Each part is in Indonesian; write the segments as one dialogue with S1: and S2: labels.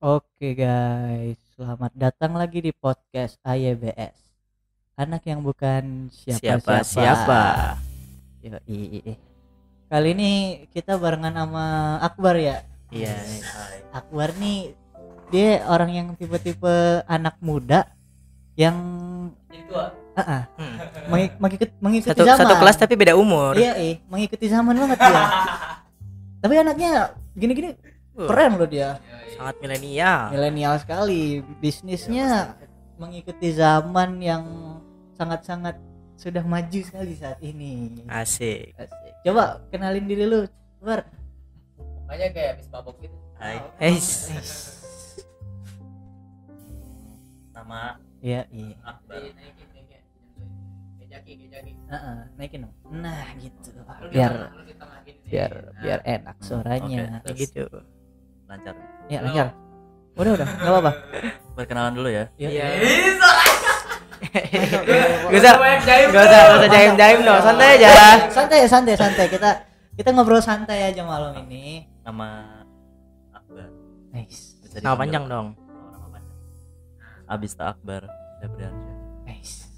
S1: Oke guys, selamat datang lagi di podcast AYBS. Anak yang bukan siapa-siapa.
S2: Siapa-siapa.
S1: Yoi. Kali ini kita barengan sama Akbar ya.
S2: Iya.
S1: Akbar nih dia orang yang tipe-tipe anak muda yang Ah, ah.
S2: Hmm.
S1: Mengi- mengikut- mengikuti
S2: Satu
S1: zaman.
S2: satu kelas tapi beda umur.
S1: Iya, ih, mengikuti zaman banget dia. Tapi anaknya gini-gini
S2: Uh,
S1: keren loh dia.
S3: Iya,
S2: Sangat milenial.
S1: milenial sekali
S2: Iya,
S1: bisnisnya mengikuti zaman yang sangat-sangat sudah maju sekali saat ini
S2: Iya. Asik.
S1: Asik. coba kenalin diri lu Bar
S4: Makanya kayak habis babak gitu.
S2: Hai. Eish.
S4: Nama
S1: ya iya
S4: Akbar. Naikin naikin. Kayak jaki, kayak jaki.
S1: Heeh, naikin dong nah gitu
S4: Lu di
S1: biar
S4: tengah, lu di tengah gini nih.
S1: biar
S2: Iya.
S4: Nah,
S1: biar enak
S2: Hmm,
S1: suaranya
S2: Kayak gitu.
S3: lancar
S1: ya lancar udah udah nggak apa-apa
S3: perkenalan dulu ya
S1: Ya,
S2: Iya.
S1: ya.
S2: Gak usah. Gak usah, gak usah jaim-jaim dong. Santai aja.
S1: santai santai santai kita kita ngobrol santai aja malam ini
S3: nama Akbar
S1: nice
S3: bisa
S2: Nama
S3: dipanggil.
S2: panjang dong.
S3: Oh, nama panjang Abista Akbar Febriansyah
S1: nice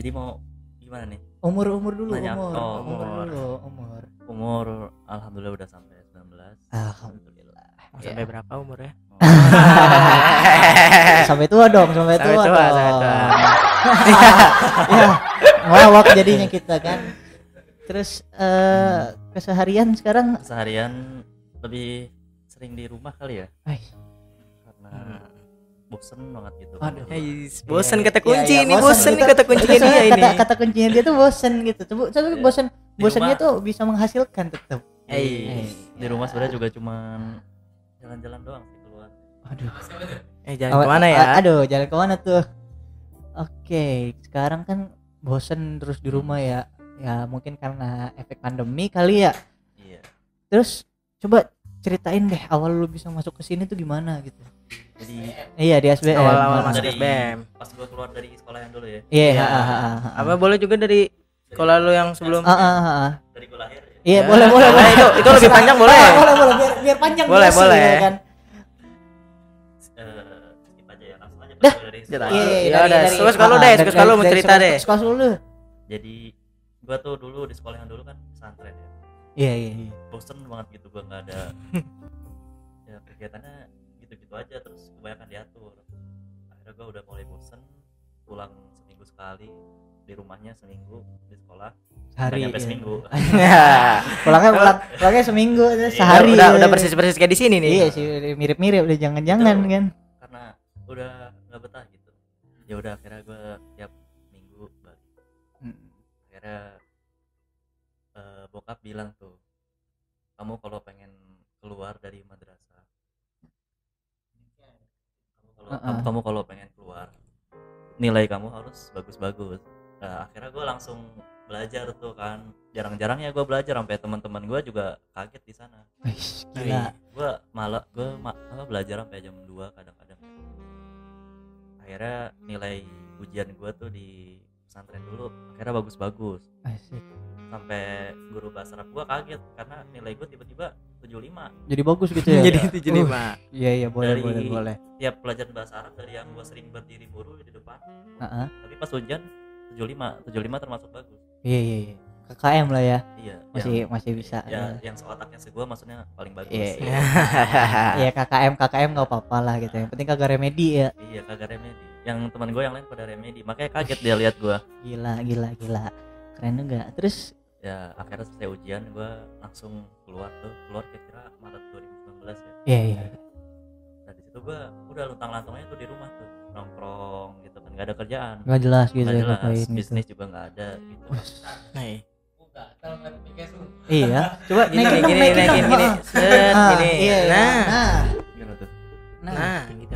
S3: jadi mau gimana nih
S1: umur umur dulu
S3: Nanya.
S1: umur
S3: Oh,
S1: umur
S2: umur.
S1: dulu umur
S3: umur alhamdulillah udah sampai 19
S1: alhamdulillah
S2: Mau
S3: Iya.
S2: Sampai berapa umurnya?
S3: Oh,
S1: sampai tua dong sampai tua,
S2: Sampai tua,
S1: dong.
S2: sampai tua.
S1: ya, ngelawak jadinya kita kan terus
S2: Hmm.
S1: eh keseharian sekarang
S3: seharian lebih sering di rumah kali ya
S1: eh,
S3: karena
S2: Hmm.
S3: bosen banget gitu
S1: Aduh.
S2: Eish,
S1: Iya,
S2: Bosen
S1: iya,
S2: kata kunci
S1: iya,
S2: ini,
S1: bosen.
S2: bosen nih
S1: Kita-
S2: kata kuncinya
S1: soalnya
S2: dia ini.
S1: kata kata kuncinya dia tuh bosen gitu tapi tapi
S3: Iya.
S1: bosen
S3: Di
S1: bosennya
S3: rumah-
S1: tuh bisa menghasilkan tetap
S2: Eish.
S3: di rumah sebenarnya juga cuman jalan-jalan doang sih keluar
S1: aduh
S2: Eh jangan kemana ya?
S1: A- aduh jalan kemana tuh oke sekarang kan bosen terus di rumah ya ya mungkin karena efek pandemi kali ya
S3: iya
S1: terus coba ceritain deh awal lu bisa masuk ke sini tuh gimana gitu
S3: jadi
S1: iya di SBM
S2: Awal-awal
S1: Ah.
S2: masuk
S3: Dari-
S2: SBM.
S3: Eh, pas gua keluar dari sekolah yang dulu ya
S1: iya ah,
S2: Iya.
S1: ah, ah, ah.
S2: Apa boleh juga dari sekolah lu yang sebelum?
S1: Ah, ah, ah, ah.
S3: dari gua lahir ya
S1: iya
S2: Ya.
S1: boleh boleh
S2: Nah,
S1: boleh
S2: itu itu lebih panjang boleh.
S1: Ah, boleh boleh biar, biar panjang
S2: Boleh,
S1: durasi,
S2: boleh.
S1: ya kan
S3: Eh, skip aja ya langsung aja pas gua dari
S2: Iya,
S3: sekolah.
S2: iya, ya udah, suka suka lu deh, suka suka lu mau cerita deh.
S1: ah, sekolah lu
S3: jadi gua tuh dulu di sekolah yang dulu kan pesantren ya
S1: iya iya iya
S3: bosen banget gitu gua nggak ada ya kegiatannya gitu-gitu aja terus kebanyakan diatur akhirnya gua udah mulai bosen pulang seminggu sekali di rumahnya seminggu di sekolah
S1: sehari
S3: nggak nyampe
S1: iya.
S3: seminggu
S1: pulangnya pulang pulangnya seminggu terus
S3: Iya,
S1: sehari
S2: Ya. udah
S1: iya.
S2: udah persis persis kayak di sini nih.
S1: iya sih mirip mirip udah jangan jangan
S3: Itu.
S1: kan
S3: karena udah nggak betah gitu ya udah akhirnya gua tiap minggu balik
S2: Iya.
S3: akhirnya eh, bokap bilang tuh kamu kalau pengen keluar dari madrasah kamu kalau
S1: Uh-uh.
S3: kamu- kamu kalau pengen keluar nilai kamu harus bagus-bagus Nah, akhirnya gue langsung belajar tuh kan jarang-jarangnya gue belajar sampai teman-teman gue juga kaget di sana
S1: Wih,
S2: Nah,
S1: gila
S3: gue malah gue belajar sampai jam 2 kadang-kadang ya. akhirnya nilai ujian gue tuh di pesantren dulu akhirnya bagus-bagus
S1: Asik.
S3: sampai guru bahasa Arab gua kaget karena nilai gua tiba-tiba 75
S1: jadi bagus gitu ya
S2: Jadi itu Uh. jadi mah.
S1: iya iya boleh
S3: Dari-
S1: boleh boleh
S3: tiap pelajaran bahasa Arab dari yang gua sering berdiri buru di depan
S1: Heeh.
S3: tapi pas hujan 75 75 termasuk bagus
S1: iya iya iya KKM lah ya
S3: iya
S1: masih masih bisa
S3: yang, ya, yang seotaknya segua maksudnya paling bagus
S1: Iya, ya
S3: iya,
S1: KKM KKM nggak apa-apa lah gitu yang penting kagak remedi ya
S3: iya kagak remedi yang teman gua yang lain pada remedi makanya kaget dia lihat gua
S1: gila gila gila keren juga terus
S3: ya akhirnya selesai ujian gua langsung keluar tuh keluar kira-kira Maret 2019 ya
S1: iya iya
S3: nah di situ gua udah luntang-lantangnya tuh di rumah tuh nongkrong gitu kan gak ada kerjaan
S1: nggak jelas gitu
S3: nggak
S1: ya
S3: jelas
S1: ngapain gitu.
S3: bisnis juga nggak ada gitu
S2: Nih.
S4: Gua gatel kan mikir lu.
S1: iya coba
S2: Gini,
S1: naikin dong
S2: gini,
S1: naikin
S2: naikin,
S1: dong
S2: gini.
S1: Ah,
S2: Set,
S1: ah,
S2: gini.
S1: iya, iya.
S2: Kan Nah.
S1: nah
S3: gimana tuh
S1: nah
S2: Nah, gitu.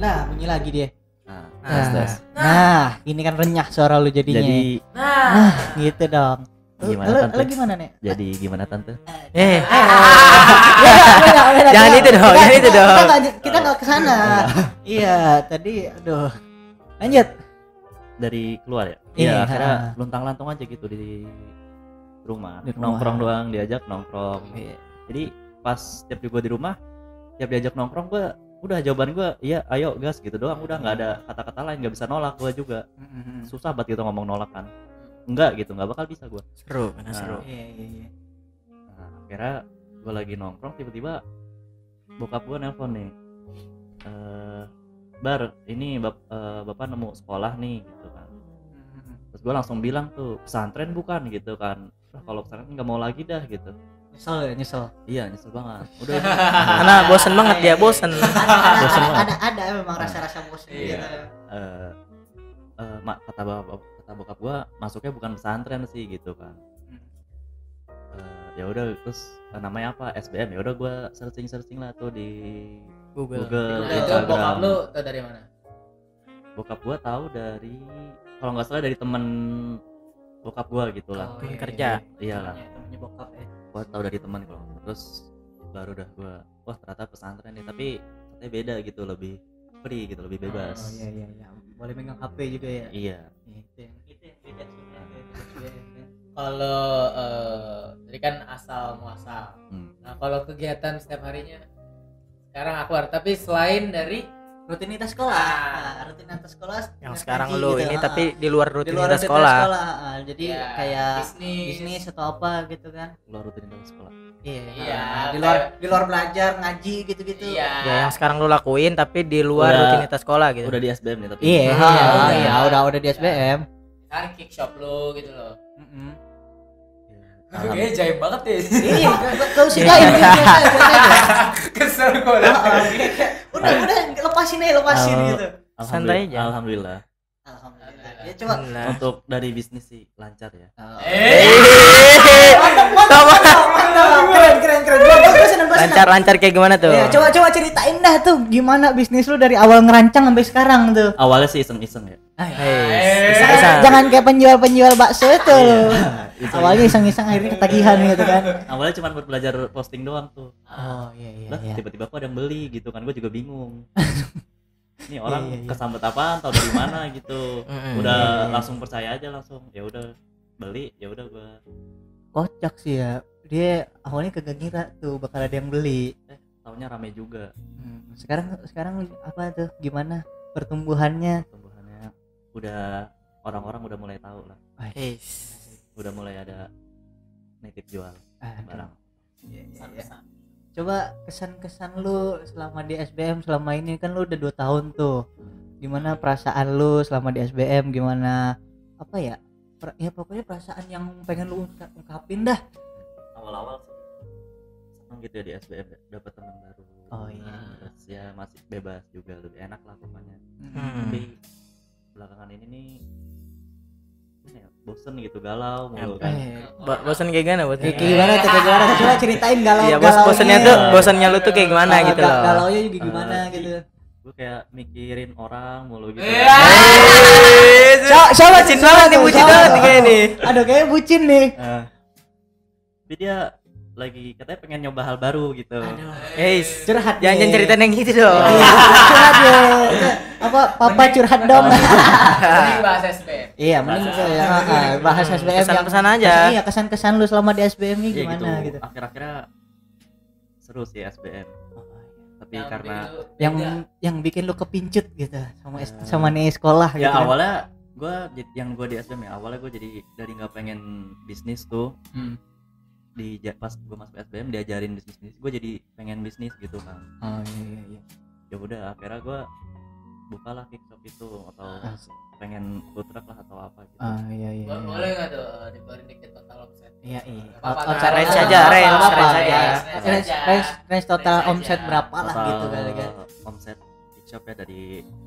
S1: nah bunyi lagi dia
S3: nah,
S2: Nah.
S3: tes, tes.
S1: nah ini kan renyah suara lu jadinya
S3: jadi
S4: Nah,
S1: nah gitu dong lu
S3: Gimana,
S1: lu-
S3: Tante?
S1: lu gimana nek
S3: jadi gimana tante
S2: Eh,
S1: Jangan
S2: Jangan itu dong, jangan itu dong.
S1: Kita nggak kesana. Iya, tadi, aduh. Lanjut.
S3: dari keluar ya
S1: Iya.
S3: iya akhirnya luntang lantung aja gitu di rumah,
S1: Di rumah. Iya.
S3: nongkrong doang diajak nongkrong jadi pas tiap di gua di rumah tiap diajak nongkrong gua udah jawaban gua iya ayo gas gitu doang udah nggak ada kata-kata lain nggak bisa nolak gua juga
S1: Mm-mm.
S4: Mm-hmm.
S3: susah banget gitu ngomong nolak kan
S1: Hmm.
S3: enggak gitu nggak bakal bisa gua
S2: seru benar seru
S1: Iya, iya, iya.
S3: nah, akhirnya gua lagi nongkrong tiba-tiba bokap gua nelpon nih Eh, bar ini bap- eh, bapak nemu sekolah nih gitu kan
S1: Mm-mm.
S3: terus gua langsung bilang tuh pesantren bukan gitu kan "Lah, kalau pesantren nggak mau lagi dah gitu
S1: Nyesel ya, nyesel.
S3: iya nyesel banget udah itu.
S2: karena bosen banget dia bosen
S1: ada,
S3: Bosen
S1: ada,
S3: banget.
S1: ada, ada memang rasa-rasa bosan
S4: Iya.
S1: gitu.
S3: eh eh, mak kata bokap kata bokap gua masuknya bukan pesantren sih gitu kan Eh, ya udah terus eh, namanya apa SBM ya udah gua searching searching lah tuh di
S2: Google
S3: Google
S4: Nah, itu bokap
S3: Instagram
S4: lu tuh dari mana?
S3: bokap gua tahu dari kalau nggak salah dari temen bokap gua gitu lah
S1: Oh, iya,
S2: kerja.
S1: iya.
S3: iyalah
S1: Temennya- temennya bokap ya.
S3: gua tahu dari teman kalau nggak salah. terus baru dah gua wah ternyata pesantren nih tapi katanya beda gitu lebih free gitu lebih bebas
S1: Oh, iya, iya, iya. Boleh megang HP juga ya.
S3: iya
S1: Itu yang itu yang beda sebenarnya, itu yang beda iya, sebenarnya.
S4: Kalau eh, tadi kan asal muasal.
S3: Hmm.
S4: Nah, kalau kegiatan setiap harinya sekarang aku ada tapi selain dari
S1: Rutinitas sekolah.
S4: Ah.
S1: Nah, rutinitas sekolah
S2: yang
S1: setiap
S2: sekarang
S1: pagi
S2: lu
S1: gitu,
S2: ini
S1: ah.
S2: tapi di luar
S1: Di luar
S2: rutinitas sekolah
S1: ah. Jadi
S4: ya,
S1: kayak
S4: bisnis,
S1: bisnis atau apa gitu kan.
S3: lo rutin dalam sekolah
S1: Iya.
S4: Iya,
S1: ah, di luar
S4: kayak-
S1: di luar belajar ngaji gitu-gitu.
S4: Iya.
S2: ya yang sekarang lu lakuin tapi di luar
S3: Udah-
S2: rutinitas sekolah gitu
S3: Eh, udah di SBM nih tapi
S1: Iya,
S2: Ah,
S1: iya,
S4: iya.
S1: iya, udah udah di SBM.
S4: Kan kick shop lu gitu loh.
S1: Mm-mm.
S3: Alham-
S4: Kayaknya jaim banget ya.
S1: Iya, gak- gak- gak usah
S2: Iya.
S1: jahil, biasa aja, biasa aja.
S4: Kesel gue
S1: udah udah lepasin aja lepasin
S3: Kalau-
S1: gitu
S2: Santai
S3: alhamdulillah,
S2: aja.
S3: alhamdulillah.
S1: alhamdulillah ya coba
S2: Alhamdulillah.
S3: untuk dari bisnis sih lancar ya
S2: Eh,
S1: mantap mantap mantap, mantap keren keren keren gua gua- gua seneng gua seneng
S2: lancar-lancar kayak gimana tuh
S1: ya, coba coba ceritain dah tuh gimana bisnis lu dari awal ngerancang sampai sekarang tuh
S3: awalnya sih iseng-iseng ya
S1: Eh.
S2: Hei, bisa bisa
S1: jangan, jangan kayak penjual penjual bakso itu lu
S3: Iya. Iseng-iseng.
S1: awalnya iseng iseng akhirnya ketagihan gitu kan
S3: awalnya cuma buat belajar posting doang tuh
S1: oh iya iya
S3: lah
S1: iya
S3: tiba-tiba kok ada yang beli gitu kan gue juga bingung ini
S1: Iya,
S3: orang
S1: iya.
S3: kesambet apaan tau dari mana gitu
S2: Mm-mm.
S1: Iya.
S3: udah langsung percaya aja langsung ya udah beli ya udah gue
S1: kocak sih ya dia awalnya kagak ngira tuh bakal ada yang beli
S3: taunya rame juga
S1: Hmm, sekarang sekarang apa tuh gimana pertumbuhannya
S3: tumbuhannya udah orang-orang udah mulai tahu lah
S2: Eish.
S3: udah mulai ada nitip jual
S1: Ah,
S3: barang
S1: coba kesan-kesan lu selama di SBM selama ini kan lu udah dua tahun tuh gimana perasaan lu selama di SBM gimana apa ya per- ya pokoknya perasaan yang pengen lu ungka- ungkapin dah
S3: awal-awal sih seneng gitu ya di SBM dapat teman baru
S1: Oh, iya.
S3: terus ya masih bebas juga lebih enak lah pokoknya
S2: Hmm.
S3: tapi belakangan ini nih gimana ya, bosen gitu galau mulu
S2: Ya,
S3: kan
S1: Eh,
S2: Ba- bosen kayak gimana buat
S1: kayak gimana tuh kayak gimana tuh? coba ceritain galau
S2: Eh, Iya, bos bosennya tuh, bosennya lu tuh kayak gimana gitu loh.
S1: galau nya juga gimana
S3: Eh,
S1: gitu
S3: gue kayak mikirin orang mulu gitu
S4: Iya.
S2: Siapa Eh, siapa bucin banget nih, bucin
S1: siapa Iya, tuh?
S2: banget nih kayaknya nih.
S1: aduh kayaknya bucin nih
S3: Eh, tapi dia lagi katanya pengen nyoba hal baru gitu
S2: Eish.
S1: curhat
S2: Jangan jangan
S1: nih.
S2: cerita yang gitu dong.
S1: Iya, curhat ya apa papa curhat dong
S4: Ini bahas SBM.
S1: Iya, mending kayak ya, ah, bahas SBM yang-
S2: Kesan-kesan aja.
S1: kesan- Iya, kesan-kesan lu selama di SBM-nya
S3: Iya,
S1: gimana gitu.
S3: akhir-akhirnya seru sih SBM tapi
S4: Yang
S3: karena
S4: dulu
S1: Yang
S4: beda.
S1: yang bikin lu kepincut gitu sama es-
S3: Eh.
S1: sama nih sekolah gitu.
S3: ya awalnya gue yang gue di SBM ya awalnya gue jadi dari nggak pengen bisnis tuh
S1: Hmm.
S3: di ja- pas gue masuk SBM diajarin bisnis bisnis gue jadi pengen bisnis gitu kan
S1: Oh iya iya iya.
S3: ya udah akhirnya gue bukalah kickshop itu atau
S1: Ah,
S3: pengen food truck lah atau apa gitu
S1: ah, iya iya.
S4: Bo- boleh nggak tuh dibawain dikit total omset?
S1: Iya iya.
S4: Nggak apa-apa,
S1: Omset-
S4: nggak
S2: range
S4: apa-apa,
S2: aja,
S4: nggak
S2: range,
S4: apa-apa,
S2: range aja.
S4: range
S1: Range,
S4: aja.
S1: range, range total
S4: Range aja.
S1: omset berapa lah
S3: Total
S1: gitu kali kan.
S3: omset kickshop ya dari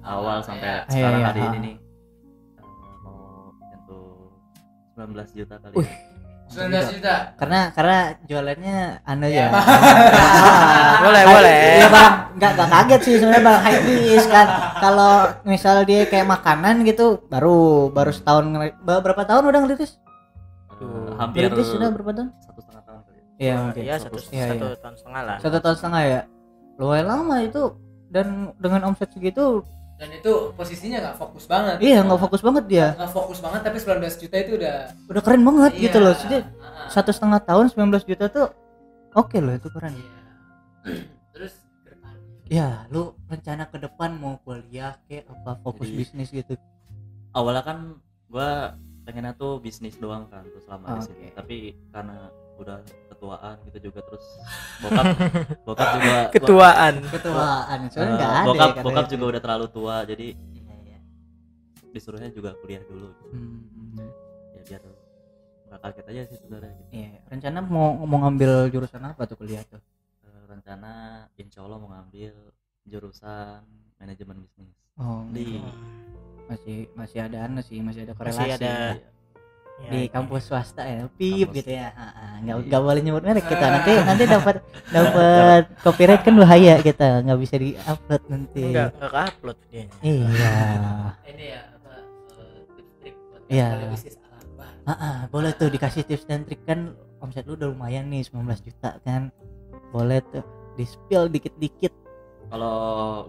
S4: Awal,
S3: awal
S4: ya.
S3: sampai
S1: Iya,
S3: sekarang
S1: iya,
S3: hari
S1: ah.
S3: ini nih eh, mau nyentuh 19 juta kali
S1: Wih.
S3: ya.
S4: 19 juta.
S1: Karena karena jualannya aneh
S4: Iya.
S1: ya.
S2: Boleh,
S1: Kayak-
S2: boleh.
S1: Iya barang nggak nggak kaget sih sebenarnya barang high price kan. Kalau misal dia kayak makanan gitu baru baru setahun ngeri- ba- berapa tahun udah ngeliris?
S3: Eh,
S2: Tuh.
S3: hampir
S1: Ngeliris sudah berapa tahun?
S3: satu setengah tahun kali ya.
S1: Iya mungkin.
S2: Iya, satu
S1: Iya,
S2: satu tahun setengah lah.
S1: Satu tahun setengah ya. Lumayan lama itu dan dengan omset segitu
S4: Dan itu posisinya nggak fokus banget.
S1: iya nggak fokus banget dia.
S4: Nggak fokus banget tapi 19 juta itu udah
S1: Udah keren banget gitu
S4: Iya.
S1: loh. Jadi
S4: Ah.
S1: satu setengah tahun 19 juta tuh oke loh itu keren.
S4: Iya. Terus ke depannya
S1: ya lu rencana ke depan mau kuliah kayak apa fokus
S3: Jadi-
S1: bisnis gitu
S3: awalnya kan gua pengennya tuh bisnis doang kan tuh selama di
S1: Oke.
S3: sini tapi karena udah ketuaan gitu juga terus bokap bokap juga
S2: ketuaan
S1: ketuaan
S3: Eh,
S1: soalnya nggak ada ya
S3: bokap
S1: katanya. iya.
S3: bokap juga udah terlalu tua jadi disuruhnya juga kuliah dulu
S1: Hmm,
S3: ya biar nggak kaget aja sih sebenarnya gitu.
S1: iya. rencana mau mau ngambil jurusan apa tuh kuliah tuh
S3: Eh, rencana insya Allah mau ngambil jurusan manajemen bisnis
S1: oh
S3: di
S1: masih masih ada anu sih masih ada korelasi
S2: Hmm, Masih ada-
S3: Iya.
S2: Ya,
S1: di
S2: ya.
S1: kampus swasta ya pip
S3: Kampus.
S1: gitu ya Ha, ha. nggak
S3: Iya.
S1: nggak boleh nyebut merek kita nanti
S4: Ah.
S1: nanti dapat dapat copyright kan bahaya kita nggak bisa diupload nanti
S2: enggak enggak upload dia
S1: iya
S4: ini ya apa eh, trik-trik buat
S1: Iya.
S4: kalau bisnis alam Nah, bah
S1: Ha, ha. boleh tuh dikasih tips dan trik kan omset lu udah lumayan nih 19 juta kan boleh tuh di spill dikit dikit
S3: kalau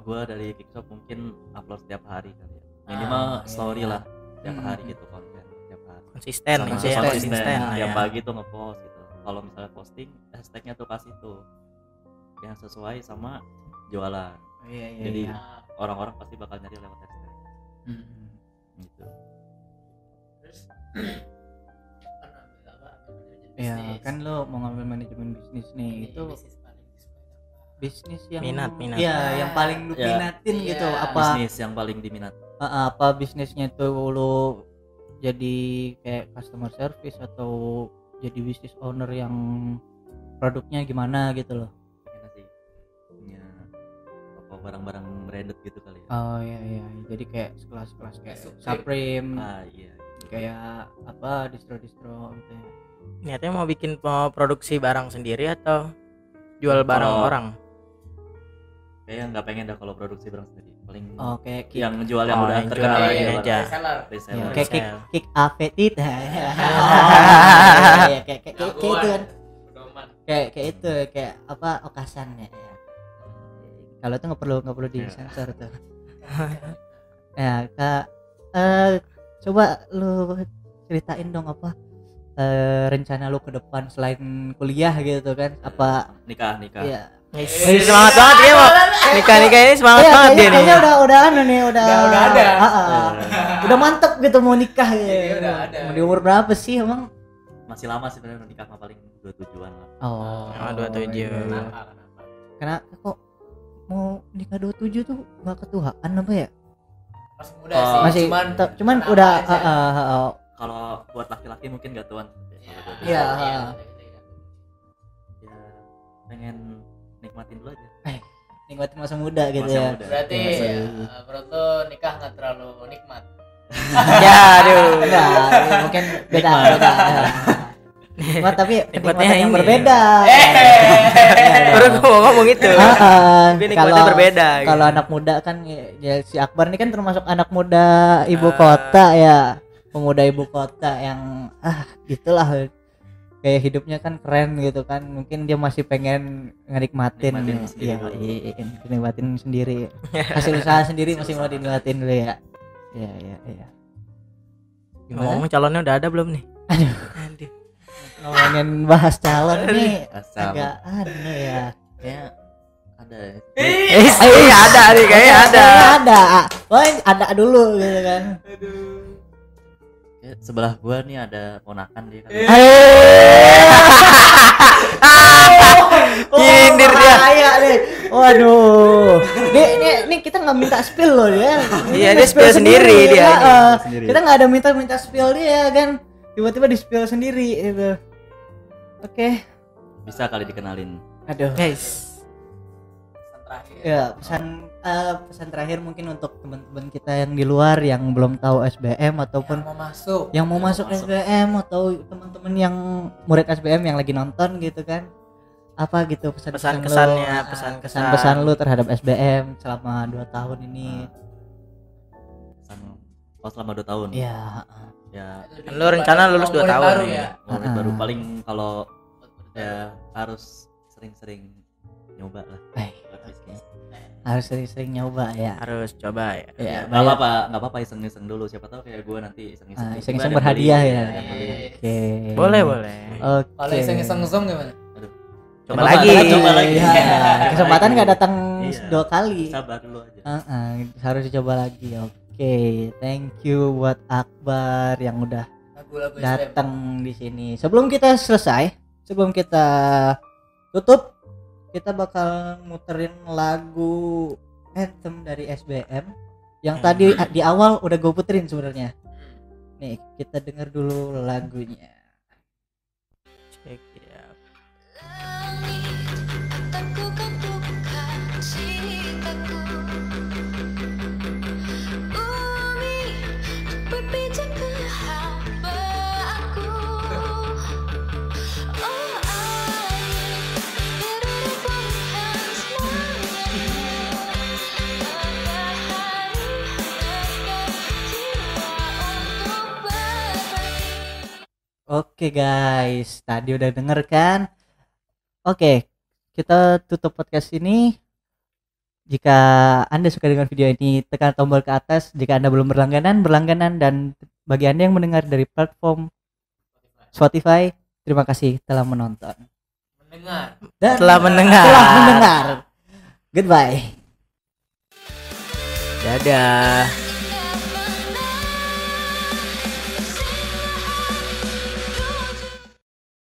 S3: gua dari Kickshop mungkin upload setiap hari kali ya minimal
S1: Ah,
S3: story
S1: iya.
S3: lah tiap
S1: Hmm.
S3: hari gitu konten tiap hari
S2: konsisten
S3: Sama
S2: maksudnya
S1: konsisten,
S2: konsisten
S1: ah,
S3: tiap
S2: ya.
S3: pagi tuh ngepost gitu kalau misalnya posting hashtagnya tuh kasih tuh yang sesuai sama jualan
S1: iya
S3: iya, Jadi- iya. orang-orang pasti bakal nyari lewat hashtag
S1: Hmm.
S3: gitu
S4: terus kan ambil apa
S1: Iya, kan lo mau ngambil manajemen bisnis
S4: Iya,
S1: nih itu
S4: bisnis paling disukai apa?
S1: bisnis yang
S2: Minat, minat.
S1: Iya, yang paling lu
S3: Ya.
S1: minatin
S4: Iya.
S1: gitu apa
S3: bisnis yang paling ya diminati
S1: Uh, apa bisnisnya itu lo jadi kayak customer service atau jadi bisnis owner yang produknya gimana gitu loh
S3: Kayaknya sih punya toko barang-barang branded gitu kali ya
S1: oh iya iya jadi kayak kelas-kelas kayak
S4: Kayak Supreme.
S1: Supreme
S3: ah iya gitu.
S1: kayak apa distro-distro gitu ya.
S2: niatnya mau bikin mau produksi barang sendiri atau jual barang
S3: Kalau-
S2: orang
S3: kayaknya nggak pengen dah kalau produksi barang sendiri paling
S1: oh kayak kick,
S3: yang jual
S2: Oh,
S3: yang udah
S2: yang
S1: Iya,
S3: terkenal
S2: jual
S3: aja
S2: ini
S3: barang.
S2: aja.
S4: reseller
S3: reseller
S1: kayak kick
S2: Sel.
S1: kick apetit ya kayak kayak kayak kayak
S4: gitu
S1: itu kan
S4: pedoman
S1: kayak kayak itu kayak apa okasan ya ya. kalau itu nggak perlu nggak perlu di
S3: Ya.
S1: sensor tuh ya kak eh coba lu ceritain dong apa eh rencana lu ke depan selain kuliah gitu kan apa
S3: nikah nikah
S1: ya
S2: Wih,
S4: Eh,
S2: semangat banget dia mau nikah nikah ini semangat
S1: Iya,
S2: banget
S1: kayaknya,
S2: dia nih
S1: kayaknya udah udah anu nih udah
S4: Udah- udah ada.
S1: Ah, ah.
S3: Eh,
S1: udah mantep gitu mau nikah ya
S4: Iya, udah ada.
S1: Mau di umur berapa sih emang
S3: masih lama sih sebenarnya nikah mah paling dua tujuan lah
S1: oh
S2: Oh, 27.
S1: iya.
S4: kenapa kenapa
S1: Karena kok mau nikah 27 tuh nggak ketuaan apa ya?
S4: pas muda
S3: Oh,
S4: sih
S1: Masih
S4: cuman
S1: te- cuman
S4: kenapa
S1: udah
S4: aja? Iya,
S1: ah, ah, ah, ah.
S3: kalau buat laki-laki mungkin gak tuan
S1: Iya.
S3: ya pengen nikmatin dulu aja
S1: Eh, nikmatin masa muda gitu
S3: Masa
S1: ya.
S3: muda.
S4: berarti
S1: Iya, sih.
S4: eh, menurut lo nikah nggak terlalu nikmat
S2: ya aduh
S1: Enggak, ya, mungkin beda
S3: Nikmat.
S1: beda. Nikmat tapi
S2: Nikmatnya
S1: nikmatnya yang
S2: ini.
S1: berbeda.
S2: baru gua mau ngomong itu
S1: Ah, ah.
S2: tapi
S1: Eh.
S2: nikmatnya
S1: Kalau
S2: berbeda gitu.
S1: kalau anak muda kan ya, ya si Akbar ini kan termasuk anak muda ibu
S2: Ah.
S1: kota ya. Pemuda ibu kota yang ah gitulah kayak hidupnya kan keren gitu kan mungkin dia masih pengen ngenikmatin
S3: Nikmatin
S1: ya,
S3: sendiri
S1: iya,
S3: dulu.
S1: iya, iya, nikmatin sendiri hasil usaha sendiri masih mau dinikmatin dulu ya iya iya iya gimana
S2: ngomong calonnya udah ada belum nih
S1: Aduh.
S2: aduh
S1: ngomongin bahas calon nih
S3: asal
S1: agak aneh ya
S3: kayaknya ada ya
S2: Eh, eh, ada nih kayaknya ada
S1: ada wah ada dulu gitu kan
S3: Kayak sebelah gua nih ada ponakan dia kan
S2: Nyindir dia.
S1: Oh, bahaya nih. Waduh. Nih, nih, nih kita nggak minta spill loh dia.
S2: Iya, dia spill sendiri dia
S1: ya,
S2: ini.
S1: eh.
S3: sendiri
S1: kita nggak ada minta-minta spill dia kan. Tiba-tiba di spill sendiri itu. Oke.
S3: bisa kali dikenalin
S1: Aduh.
S2: guys
S4: Pesan terakhir
S1: Ya, pesan eh, pesan terakhir mungkin untuk teman-teman kita yang di luar yang belum tahu SBM
S4: yang
S1: ataupun
S4: mau masuk
S1: yang mau masuk
S3: masuk.
S1: SBM atau teman-teman yang murid SBM yang lagi nonton gitu kan. Apa gitu pesan-pesan lu?
S2: Pesan-kesannya,
S1: Ah,
S2: pesan-kesan.
S1: pesan-pesan lu terhadap SBM selama 2 tahun ini.
S3: Hmm. sama Nah, oh, selama dua tahun
S1: Iya,
S3: ya
S4: Lebih
S2: Kan Lu rencana
S4: kepada
S2: lulus dua
S4: murid
S2: tahun
S4: baru
S2: ya?
S4: ya
S3: murid
S1: Ah.
S3: baru paling kalau
S4: Buat
S1: Iya.
S4: murid baru.
S3: ya harus sering-sering nyoba lah
S1: Eh,
S3: buat bisnis
S1: harus sering-sering nyoba ya.
S2: harus coba ya
S1: Ya,
S3: nggak apa-apa nggak apa-apa iseng-iseng dulu siapa tahu kayak gua nanti iseng-iseng
S1: Ah,
S3: Tiba
S1: iseng-iseng
S3: ada yang
S1: berhadiah
S3: beli,
S1: ya.
S3: ada yang beli.
S4: Iya.
S1: Oke.
S2: boleh boleh
S1: Oke.
S4: kalau iseng iseng zoom gimana
S2: coba
S3: Coba
S2: lagi
S3: lagi, coba lagi.
S1: Iya, Kesempatan nggak datang
S3: Iya.
S1: chance
S3: Iya.
S1: dua kali
S3: sabar dulu aja
S1: Heeh, harus dicoba lagi oke thank you buat Akbar yang udah
S4: lagu-lagu SBM
S1: datang di sini. Sebelum kita selesai, sebelum kita tutup, kita bakal muterin lagu anthem dari SBM yang
S2: Hmm.
S1: tadi di awal udah gue puterin sebenarnya.
S4: Hmm.
S1: Nih, kita denger dulu lagunya.
S2: Check it out.
S5: Langit aku kan bukan cintaku Bumi berpijak ke hambaanku Oh air berubah bukan semuanya Matahari hangatkan jiwa untuk berbagi
S1: Oke guys, tadi udah denger kan? Oke, kita tutup podcast ini. Jika Anda suka dengan video ini, tekan tombol ke atas. Jika Anda belum berlangganan, berlangganan. Dan bagi Anda yang mendengar dari platform Spotify, terima kasih telah menonton.
S4: mendengar
S1: Dan
S2: Telah mendengar.
S1: telah mendengar. Goodbye.
S2: Dadah.